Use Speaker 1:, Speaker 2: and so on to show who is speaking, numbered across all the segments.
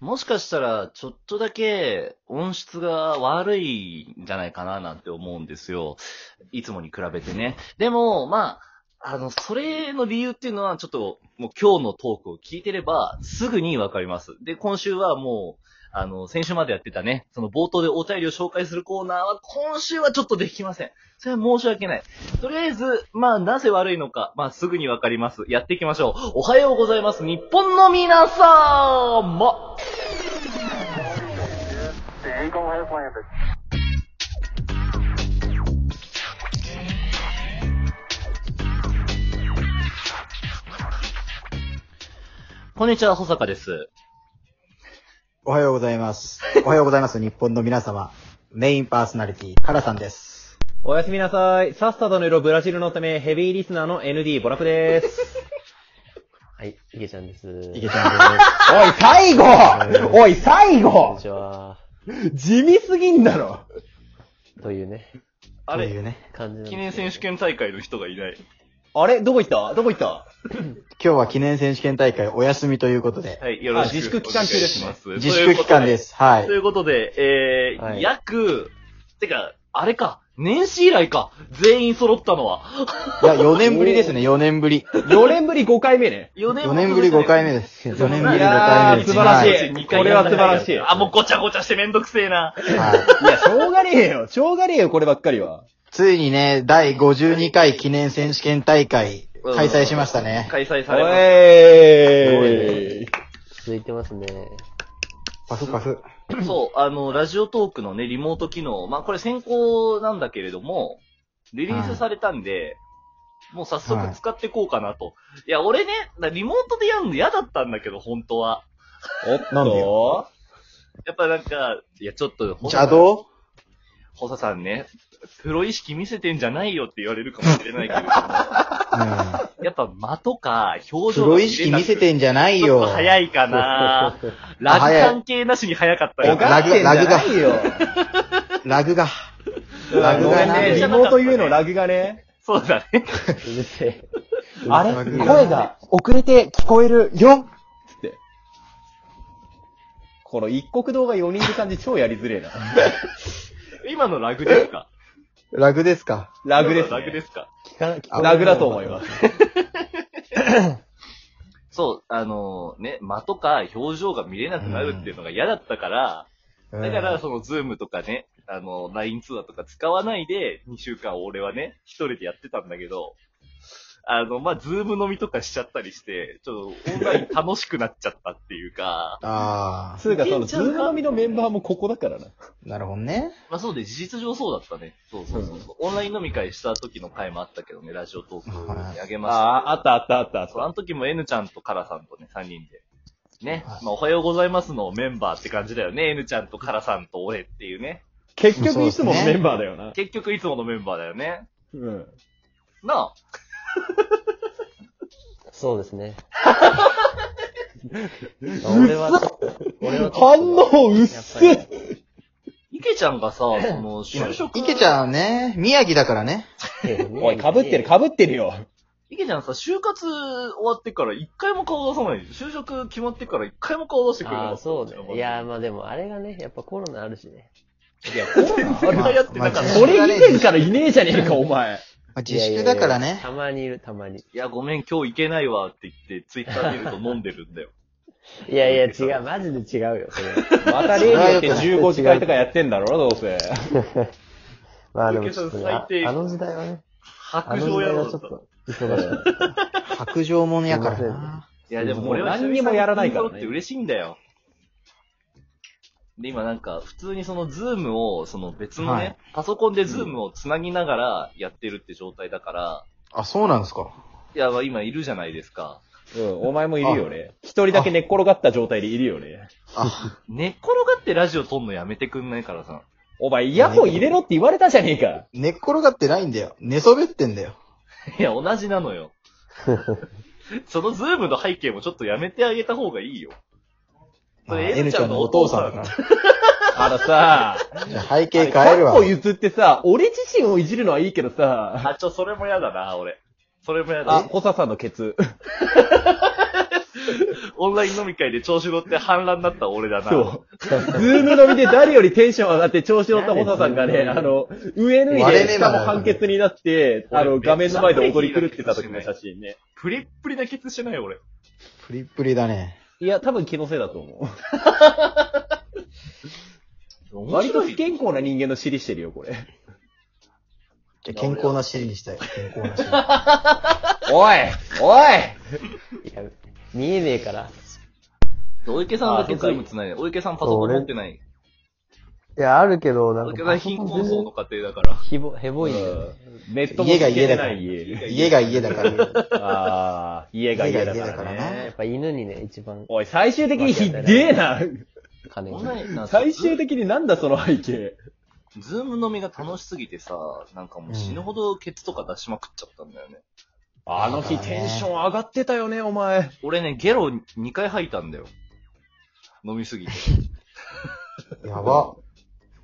Speaker 1: もしかしたら、ちょっとだけ音質が悪いんじゃないかななんて思うんですよ。いつもに比べてね。でも、まあ、あの、それの理由っていうのは、ちょっと、もう今日のトークを聞いてれば、すぐにわかります。で、今週はもう、あの、先週までやってたね、その冒頭でお便りを紹介するコーナーは、今週はちょっとできません。それは申し訳ない。とりあえず、まあ、なぜ悪いのか、まあ、すぐにわかります。やっていきましょう。おはようございます。日本の皆さんま
Speaker 2: The Eagle has landed.
Speaker 1: こんにちは、保坂です。
Speaker 3: おはようございます。おはようございます、日本の皆様。メインパーソナリティ、カラさんです。
Speaker 4: おやすみなさい。さっさとの色ブラジルのため、ヘビーリスナーの ND ボラプです。
Speaker 5: はい、いげちゃんです。
Speaker 3: いけちゃんです。おい、最後おい、最
Speaker 5: こん
Speaker 3: 後
Speaker 5: にちは。
Speaker 3: 地味すぎんだろ
Speaker 5: というね、
Speaker 1: あ
Speaker 3: というね。
Speaker 5: 感じなんです
Speaker 1: 記
Speaker 5: けど
Speaker 1: 念選手権大会の人がいない。
Speaker 4: あれどこ行ったどこ行 った
Speaker 3: 今日は記念選手権大会お休みということで、
Speaker 1: はい、よろしく。。
Speaker 4: あ自粛期間中ですね
Speaker 3: 自粛期間ですす。は
Speaker 1: と
Speaker 3: い。
Speaker 1: いうことで、えー、
Speaker 5: はい
Speaker 1: 約、てか、あれか、年始以来か、全員揃ったのは。
Speaker 3: いや、4年ぶりですね、4年ぶり。
Speaker 4: ?4 年ぶり5回目ね。
Speaker 1: 4
Speaker 3: 4年ぶり5回 目です。4年ぶり5
Speaker 4: や
Speaker 3: 回目
Speaker 4: ー
Speaker 3: です。
Speaker 4: 素晴らしい
Speaker 3: はい
Speaker 1: 二
Speaker 4: これは素晴らしい
Speaker 1: あ、もうごちゃごちゃしてめんどくせえな。
Speaker 3: はい
Speaker 4: いや、しょうがねえよ。しょうがねえよ、こればっかりは。
Speaker 3: ついにね、第52回記念選手権大会、開催しましたね。
Speaker 1: 開催されま
Speaker 4: えー
Speaker 5: 続いてますね。
Speaker 3: パフパフ。
Speaker 1: す。 そう、あの、ラジオトークのね、リモート機能、まあこれ先行なんだけれども、リリースされたんで、もう早速使ってこうかなと。いや、俺ね、リモートでやるの嫌だったんだけど、本当は。
Speaker 4: おっ
Speaker 3: なんで
Speaker 4: と
Speaker 1: やっぱなんか、いや、ちょっと、
Speaker 3: 邪道
Speaker 1: ホサさんね、プロ意識見せてんじゃないよって言われるかもしれ ないけれども、
Speaker 3: うん。
Speaker 1: やっぱ間とか表情
Speaker 3: プ
Speaker 1: とか入
Speaker 3: ロ
Speaker 1: れたく
Speaker 3: 意識見せてんじゃない
Speaker 1: ちょっ
Speaker 3: よ。
Speaker 1: と早いか なラグ関係なしに早かった
Speaker 4: お
Speaker 1: よ。
Speaker 4: がってんじゃないよ。
Speaker 3: ラグが。ラ
Speaker 4: ラ
Speaker 3: グ
Speaker 4: グ
Speaker 3: が
Speaker 4: が
Speaker 3: な
Speaker 4: ね、リモート言うのラグがね。
Speaker 1: そうだね。
Speaker 5: うるせえ。
Speaker 4: あれ
Speaker 3: ラグ
Speaker 4: 声が
Speaker 3: 遅れて聞こえるよ
Speaker 4: つって。この一国堂が4人いる感じ超やりづれえな。
Speaker 1: 今のラグですか
Speaker 3: ラグですか、
Speaker 4: ラグです、ね。
Speaker 1: ラグですか
Speaker 5: 聞かな、聞かな
Speaker 4: ラグだと思います。
Speaker 1: そう、あのね、間とか表情が見れなくなるっていうのが嫌だったから、だから、その、ズームとかね、あの、LINE 通話とか使わないで、2週間俺はね、一人でやってたんだけど、あの、まあ、ズーム飲みとかしちゃったりして、ちょっと、オンライン楽しくなっちゃったっていうか
Speaker 3: あ
Speaker 4: つうか、その、ズームのみのメンバーもここだからな。
Speaker 3: あ、なるほどね。
Speaker 1: まあ、そうで、事実上そうだったね。そうそうそうそう。オンライン飲み会した時の回もあったけどね、ラジオトークにあげましたけど。
Speaker 4: ああ、あったあったあったあっ
Speaker 1: そう、あ
Speaker 4: た。
Speaker 1: の時も N ちゃんとカラさんとね、3人で。ね
Speaker 3: は。い
Speaker 1: まあ、おはようございますのメンバーって感じだよね。N ちゃんとカラさんと俺っていうね。
Speaker 4: 結局いつものメンバーだよな。
Speaker 1: 結局いつものメンバーだよね。
Speaker 4: うん。
Speaker 1: なあ。
Speaker 5: そうですね。俺はちょっと、俺はちょっとね、
Speaker 4: 反応うっせ
Speaker 5: やっぱ
Speaker 1: 池ちゃんがさ、その、就職。
Speaker 3: いけちゃんね、宮城だからね。
Speaker 5: り
Speaker 4: おい、被ってる、。被ってるよ。
Speaker 1: 池ちゃんさ、就活終わってから一回も顔出さない。就職決まってから一回も顔出してくれな
Speaker 5: あ
Speaker 1: か
Speaker 5: あ、
Speaker 1: った。
Speaker 5: そうね。いやー、まあでも、あれがね、やっぱコロナあるしね。
Speaker 4: いや、こ
Speaker 1: 俺はやってなかった。
Speaker 4: れ以前からいねえじゃねえか、お前。
Speaker 3: まあ自粛だから
Speaker 5: いやいやいや
Speaker 3: ね
Speaker 5: た。まにいる、たまに。
Speaker 1: いや、ごめん、今日行けないわって言って、ツイッター見ると飲んでるんだよ。
Speaker 5: いやいや、違う、マジで違うよ、それは。
Speaker 4: また例によって15時間とかやってんだろ、どうせ。
Speaker 5: まあでもちょっとね、あ
Speaker 1: 小池さん最低
Speaker 5: あの時代はね、 あ
Speaker 1: 白状
Speaker 5: の時
Speaker 1: 野
Speaker 5: 代
Speaker 1: 郎
Speaker 5: はち
Speaker 1: だ
Speaker 5: ょ
Speaker 1: っ。
Speaker 5: ったと忙しかった。
Speaker 3: 白状者やからな。
Speaker 1: いや、でも俺は
Speaker 4: 何にもやらないから
Speaker 1: 久
Speaker 4: ね
Speaker 1: 々にって嬉しいんだよ。で、今なんか、普通にそのズームを、その別のね、
Speaker 3: はい
Speaker 1: パソコンでズームをつなぎながらやってるって状態だから、
Speaker 3: あ、そうなんですか。
Speaker 1: いや、まあ今いるじゃないですか。
Speaker 4: うん、お前もいるよね。一人だけ寝っ転がった状態でいるよね。
Speaker 3: あ、
Speaker 1: 寝っ転がってラジオ撮んのやめてくんないからさ。
Speaker 4: お前、イヤホン入れろって言われたじゃねえか。
Speaker 3: 寝っ転がってないんだよ。寝そべってんだよ。
Speaker 1: いや、同じなのよ。そのズームの背景もちょっとやめてあげた方がいいよ。それ
Speaker 3: あ
Speaker 1: N ちゃんのお父さん
Speaker 3: だか
Speaker 4: あのさ、
Speaker 3: ら。じゃあ背景変えるわ
Speaker 4: 過去。譲ってさ、俺自身をいじるのはいいけどさ、
Speaker 1: あ、ちょ、それもやだな、俺。それもやだ。
Speaker 4: あ、コサさんのケツ。
Speaker 1: オンライン飲み会で調子乗って反乱になった俺だな。
Speaker 4: そう。ズームのみで誰よりテンション上がって調子乗ったホサさんがね、あ
Speaker 5: なんで
Speaker 4: の、上脱い
Speaker 3: 割れ
Speaker 4: で、
Speaker 3: 目
Speaker 4: し
Speaker 3: な
Speaker 4: か
Speaker 3: の
Speaker 4: も判決になって、あの、
Speaker 1: 俺
Speaker 4: 画面の前で踊り狂ってた時の写真ね。
Speaker 1: プリップリなケツしてないよ俺。
Speaker 3: プリップリだね。
Speaker 4: いや、多分気のせいだと思う。
Speaker 1: 面
Speaker 4: 割と
Speaker 1: 白
Speaker 4: 不
Speaker 1: い。
Speaker 4: 健康な人間の尻してるよ、これ。
Speaker 3: じゃあ健康な尻にしたい。健康な尻。
Speaker 4: おいおい
Speaker 5: いや見えねえから。
Speaker 1: お池さんだけ
Speaker 4: あ
Speaker 1: ズ
Speaker 4: そう
Speaker 1: ー
Speaker 4: か
Speaker 1: ムつないで。お池さんパソコン持ってない。
Speaker 5: いや、あるけど、な
Speaker 1: お
Speaker 5: ん
Speaker 1: 池
Speaker 5: か
Speaker 1: さん
Speaker 5: パ
Speaker 1: 貧
Speaker 5: ソコン
Speaker 1: 困
Speaker 5: 全然。
Speaker 1: 層の家庭だから。
Speaker 5: ひぼ、へぼいんだよね。
Speaker 4: ネットもつけれない家。
Speaker 3: 家が家だから。
Speaker 4: ああ、家が家だから
Speaker 3: 家が家だから
Speaker 4: ね。
Speaker 5: やっぱ犬にね、一番
Speaker 4: おい、最終的にひっでえな。
Speaker 5: 金
Speaker 1: オ
Speaker 5: が
Speaker 1: ン。ラインなんか
Speaker 4: 最終的になんだその背景。
Speaker 1: ズーム飲みが楽しすぎてさ、なんかもう死ぬほどケツとか出しまくっちゃったんだよね。
Speaker 4: あの日テンション上がってたよね、お前。
Speaker 1: 俺ね、ゲロ2回吐いたんだよ。飲みすぎて。
Speaker 3: やば。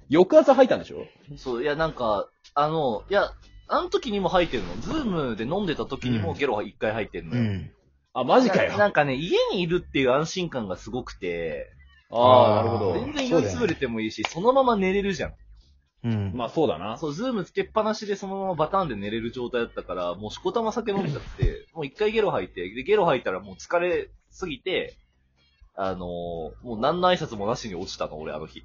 Speaker 4: 翌朝吐いたんでしょ
Speaker 1: そう、いやなんか、あの、いや、あの時にも吐いてるの。ズームで飲んでた時にもゲロは1回吐いてるの
Speaker 3: う
Speaker 1: よ。
Speaker 3: ん。
Speaker 4: あ、マジか
Speaker 1: なな
Speaker 4: よ。
Speaker 1: んかね、家にいるっていう安心感がすごくて、
Speaker 4: ああ、なるほ
Speaker 3: う
Speaker 1: 全
Speaker 3: ん
Speaker 4: ど。
Speaker 1: 然酔い潰れてもいいし、そのまま寝れるじゃん。
Speaker 3: うん。
Speaker 4: まあそうだな。
Speaker 1: そう、ズームつけっぱなしでそのままバターンで寝れる状態だったから、もうしこたま酒飲んじゃ って、もう一回ゲロ吐いて、で、ゲロ吐いたらもう疲れすぎて、あのーもう何の挨拶もなしに落ちたの、俺、あの日。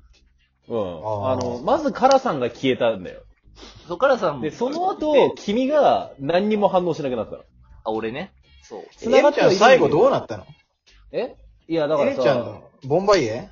Speaker 4: うん。
Speaker 3: ー
Speaker 4: あの、まずカラさんが消えたんだよ。
Speaker 1: そっからさんも
Speaker 4: で、その
Speaker 1: で
Speaker 4: 後、君が何にも反応しなくなったの。
Speaker 1: あ、俺ね。そう。
Speaker 3: えみちゃん最後どうなったの
Speaker 4: えいや、だか
Speaker 3: え
Speaker 4: ら
Speaker 3: みちゃん
Speaker 4: さ、
Speaker 3: のボンバイエ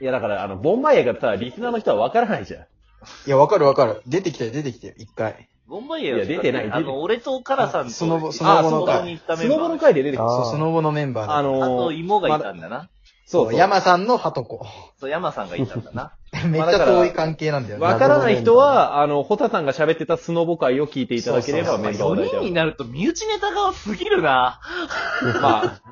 Speaker 4: いや、だから、あの、ボンバイエがさ、リスナーの人はわからないじゃん。
Speaker 3: いや、わかるわかる。出てきたよ、出てきたよ、一回。
Speaker 1: ボンバイエー
Speaker 4: いや出てない出てな
Speaker 1: あ
Speaker 4: い
Speaker 1: の、俺とカラさんと、
Speaker 3: その後そ
Speaker 1: あ
Speaker 3: の
Speaker 1: その
Speaker 3: 後の回
Speaker 1: 後に行ったメ
Speaker 4: ス
Speaker 1: ンバ
Speaker 4: ノ
Speaker 1: ー。
Speaker 4: ボの回で出てきた。
Speaker 5: あー
Speaker 3: そう、その後のメンバー
Speaker 4: あ
Speaker 3: で。
Speaker 4: のー、
Speaker 1: あと、芋がいたんだな。
Speaker 4: そうそう。
Speaker 3: 山さんのハトコ。
Speaker 1: そう、山さんがいたんだ な。
Speaker 3: めっちゃ遠い関係なんだよね。
Speaker 4: わからない人は、あの、ホタさんが喋ってたスノボ会を聞いていただければ
Speaker 3: そうそう
Speaker 4: メンバー
Speaker 1: 4
Speaker 4: は大丈
Speaker 1: 人に
Speaker 4: 夫。
Speaker 1: なると身内ネタが多すぎるな。
Speaker 4: まあ、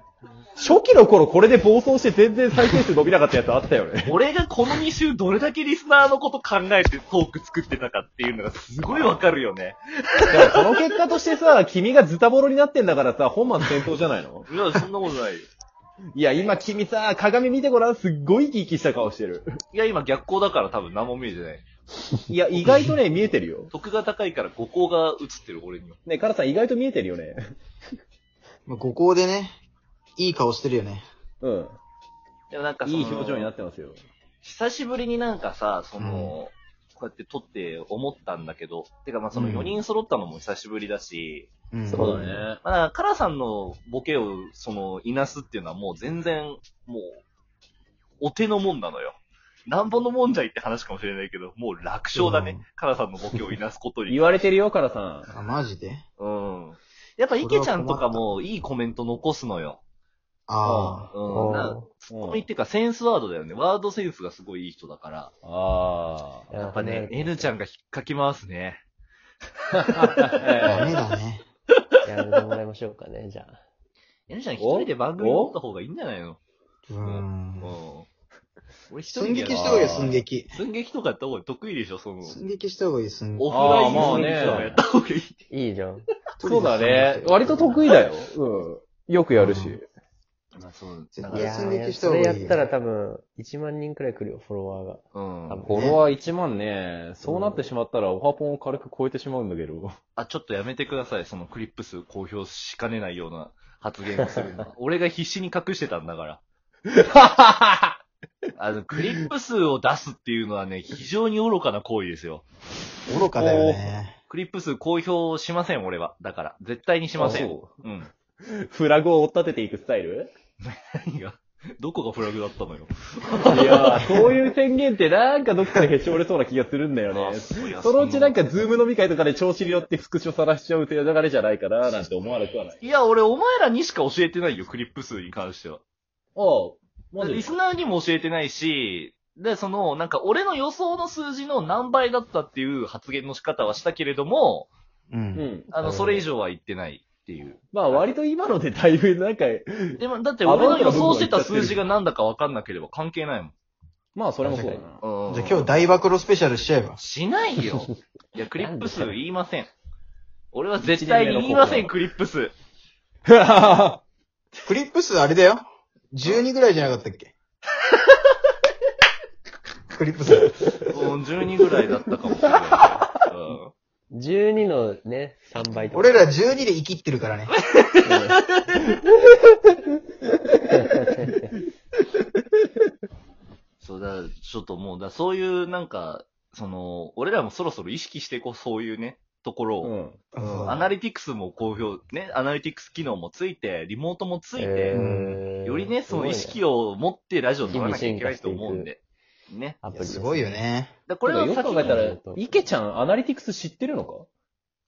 Speaker 4: 初期の頃これで暴走して全然再生数伸びなかったやつあったよね。
Speaker 1: 俺がこの2週どれだけリスナーのこと考えてトーク作ってたかっていうのがすごいわかるよね。
Speaker 4: だからその結果としてさ、君がズタボロになってんだからさ、本末転倒じゃないの
Speaker 1: いや、そんなことないよ。
Speaker 4: いや、今君さ、鏡見てごらん、すっごい生き生きした顔してる。
Speaker 1: いや、今逆光だから多分何も見えてない。
Speaker 4: いや、意外とね、見えてるよ。
Speaker 1: 得が高いから5光が映ってる俺には。
Speaker 4: ね、カラさん意外と見えてるよね。
Speaker 3: まあ五校でね、いい顔してるよね。
Speaker 4: うん。
Speaker 1: でもなんかその
Speaker 4: いい表情になってますよ。
Speaker 1: 久しぶりになんかさ、その、こうやって撮って思ったんだけど、てかまあその
Speaker 3: うん
Speaker 1: 4人揃ったのも久しぶりだし、
Speaker 3: うん。
Speaker 5: そうだね
Speaker 1: まあ、カラさんのボケを、その、いなすっていうのはもう全然、もう、お手のもんなのよ。なんぼのもんじゃいって話かもしれないけど、もう楽勝だね。
Speaker 3: うん
Speaker 1: カラさんのボケをいなすことに。
Speaker 4: 言われてるよ、カラさん。
Speaker 3: あ、マジで
Speaker 1: うん。やっぱ、池ちゃんとかもいいコメント残すのよ。
Speaker 3: あ
Speaker 1: うん。なツッコミっていうか、センスワードだよね。ワードセンスがすごいいい人だから。
Speaker 4: ああ。
Speaker 1: やっぱね、N ちゃんが引っかき回すね。
Speaker 3: あ。ダメだね。
Speaker 5: やめてもらいましょうかね、じゃあ。
Speaker 1: N ちゃん一人で番組持った方がいいんじゃないの
Speaker 3: う
Speaker 1: うん
Speaker 3: ん。。
Speaker 1: 俺一人
Speaker 3: 寸
Speaker 1: でや
Speaker 3: 劇
Speaker 1: る。
Speaker 3: した方がいいよ、寸劇。
Speaker 1: 寸劇とかやった方が得意でしょ、その。
Speaker 3: 寸劇した方がいい、寸劇。
Speaker 1: オフライン
Speaker 4: あーまあ
Speaker 1: の
Speaker 4: ね
Speaker 1: やつをやった方がいい。
Speaker 5: いいじゃん。
Speaker 4: そうだね。割と得意だよ。うん。よくやるし。
Speaker 1: まあそう、
Speaker 3: 絶
Speaker 5: い
Speaker 3: 対
Speaker 5: や
Speaker 3: 寸
Speaker 5: ー、
Speaker 3: 劇した方
Speaker 5: そ
Speaker 3: がい
Speaker 5: れ
Speaker 3: い
Speaker 5: や
Speaker 3: よ。
Speaker 5: ったら多分、1万人くらい来るよ、フォロワーが。
Speaker 1: うん
Speaker 5: 多。分
Speaker 4: フォロワー1万ね、そうなってしまったらオハポンを軽く超えてしまうんだけ ど。
Speaker 1: あ、ちょっとやめてください。そのクリップ数公表しかねないような発言をする のは俺が必死に隠してたんだから。あの、クリップ数を出すっていうのはね、非常に愚かな行為ですよ。
Speaker 3: 愚かだよね。
Speaker 1: クリップ数公表しません、俺は。だから。絶対にしません。
Speaker 4: そ
Speaker 1: うん。
Speaker 4: うフラグを追っ立てていくスタイル
Speaker 1: 何が、どこがフラグだったのよ。
Speaker 4: いやー、そういう宣言ってなんかどっかでへし折れそうな気がするんだよね。
Speaker 1: いや
Speaker 4: そのうちなんかズーム飲み会とかで調子に乗ってスクショさらしちゃうという流れじゃないかななんて思わなくはない。
Speaker 1: いや、俺、お前らにしか教えてないよ、クリップ数に関しては。
Speaker 4: ああ、マジ
Speaker 1: リスナーにも教えてないし、で、その、なんか俺の予想の数字の何倍だったっていう発言の仕方はしたけれども、
Speaker 3: う。
Speaker 4: うんん。
Speaker 1: あの、
Speaker 5: なるほど
Speaker 1: それ以上は言ってないっていう。
Speaker 4: まあ割と今のでだいぶなんか、
Speaker 1: でも、だって俺の予想してた数字が何だか分かんなければ関係ないもん。
Speaker 4: まあそれもそうだな。
Speaker 1: うん。
Speaker 3: じゃあ今日大暴露スペシャルしちゃえば。
Speaker 1: しないよ。いや、クリップ数言いません。俺は絶対に言いません、クリップス。
Speaker 3: クリップスあれだよ。12ぐらいじゃなかったっけクリップス。
Speaker 1: うん、12ぐらいだったかもしれない。うん
Speaker 5: 12のね、3倍とか。
Speaker 3: 俺ら12で生きってるからね。
Speaker 1: そうだ、ちょっともう、だそういうなんか、その、俺らもそろそろ意識していこう、そういうね、ところを。
Speaker 4: うん。
Speaker 3: うん
Speaker 1: アナリティクスも好評、ね、アナリティクス機能もついて、リモートもつい
Speaker 5: え
Speaker 1: て、
Speaker 5: ー
Speaker 1: よりね、その意識を持ってラジオを撮らなきゃいけないと思うんで。ね。
Speaker 5: アプ
Speaker 3: い
Speaker 5: リで
Speaker 3: や
Speaker 5: す
Speaker 3: すごいよ。ね。
Speaker 1: だこ
Speaker 4: こ
Speaker 1: れ
Speaker 4: れ
Speaker 1: は
Speaker 4: よ
Speaker 1: さ
Speaker 4: く
Speaker 1: っきの
Speaker 4: 考えた
Speaker 1: い
Speaker 4: ら、池ちゃん、アナリティクス知ってるのか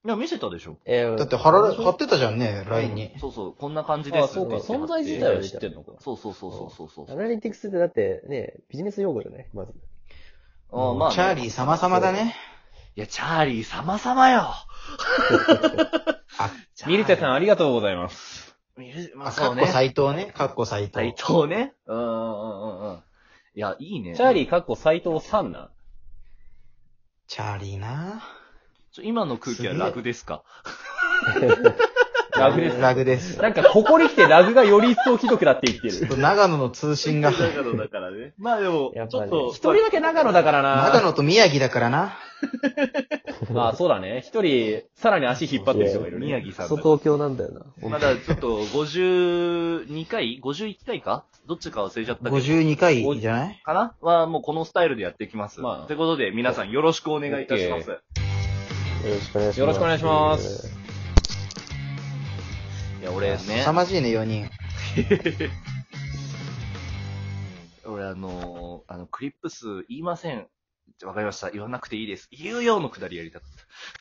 Speaker 1: や、見せたでしょ。
Speaker 5: えー
Speaker 3: だって貼られ、貼ってたじゃんね、LINE に。
Speaker 1: そうそう、こんな感じです。
Speaker 4: あ、そうか。
Speaker 1: って言
Speaker 4: 存
Speaker 1: って
Speaker 4: 在自体は知ってんのか。
Speaker 1: そうそうそうそうそうそう
Speaker 5: ア。ナリティクスってだってね、ビジネス用語じゃないまず。
Speaker 1: あまあね、
Speaker 3: チャーリー様々だね。
Speaker 1: いや、チャーリー様様よ。
Speaker 3: あ、
Speaker 4: ミリタさん、
Speaker 3: ん。
Speaker 4: ありがとうございます。
Speaker 1: 見る、ま
Speaker 3: あ、
Speaker 1: あ
Speaker 3: か
Speaker 1: そ
Speaker 3: っ
Speaker 1: う
Speaker 3: こ
Speaker 1: ね。
Speaker 3: 斎藤ね。かっこ斎
Speaker 1: 斎
Speaker 3: 藤。
Speaker 1: 藤ね。うんうんうんうん。いや、いいね。
Speaker 4: チャーリー、かっこ斎藤さんな。
Speaker 3: チャーリーな
Speaker 1: ちょ今の空気は楽ですか
Speaker 4: ラグです。
Speaker 3: ラグです。
Speaker 4: なんか、ここに来てラグがより一層ひどくなっていって
Speaker 3: ちょっ
Speaker 4: る。
Speaker 3: と長野の通 信が。
Speaker 1: 長野だからね。まあでも
Speaker 5: やっ、
Speaker 1: ち
Speaker 5: ぱ
Speaker 1: ょ
Speaker 5: ね
Speaker 1: っと、
Speaker 4: 一人だけ長野だから
Speaker 3: 長
Speaker 4: な。
Speaker 3: 野と宮城だからな。
Speaker 4: まあ、そうだね。一人、さらに足引っ張ってる人がいるね。
Speaker 1: 宮城さん
Speaker 5: そ
Speaker 1: だ
Speaker 5: う
Speaker 1: から。
Speaker 5: 東京なんだよな。
Speaker 1: まだちょっと、52回 ?51 回かどっちか忘れちゃったけど。
Speaker 3: 52回じゃない
Speaker 1: かなは、もうこのスタイルでやっていきます。
Speaker 4: まあ
Speaker 1: ということで、皆さんよろしくお願いいたしま
Speaker 4: オ
Speaker 1: す。
Speaker 5: よろしくお願いします。
Speaker 4: よろしくお願いします。
Speaker 1: いや、俺ね
Speaker 3: 凄、まじいね、4人。
Speaker 1: 俺あのーあの、クリップス言いません。わかりました。言わなくていいです。言うよのくだりやりたかった。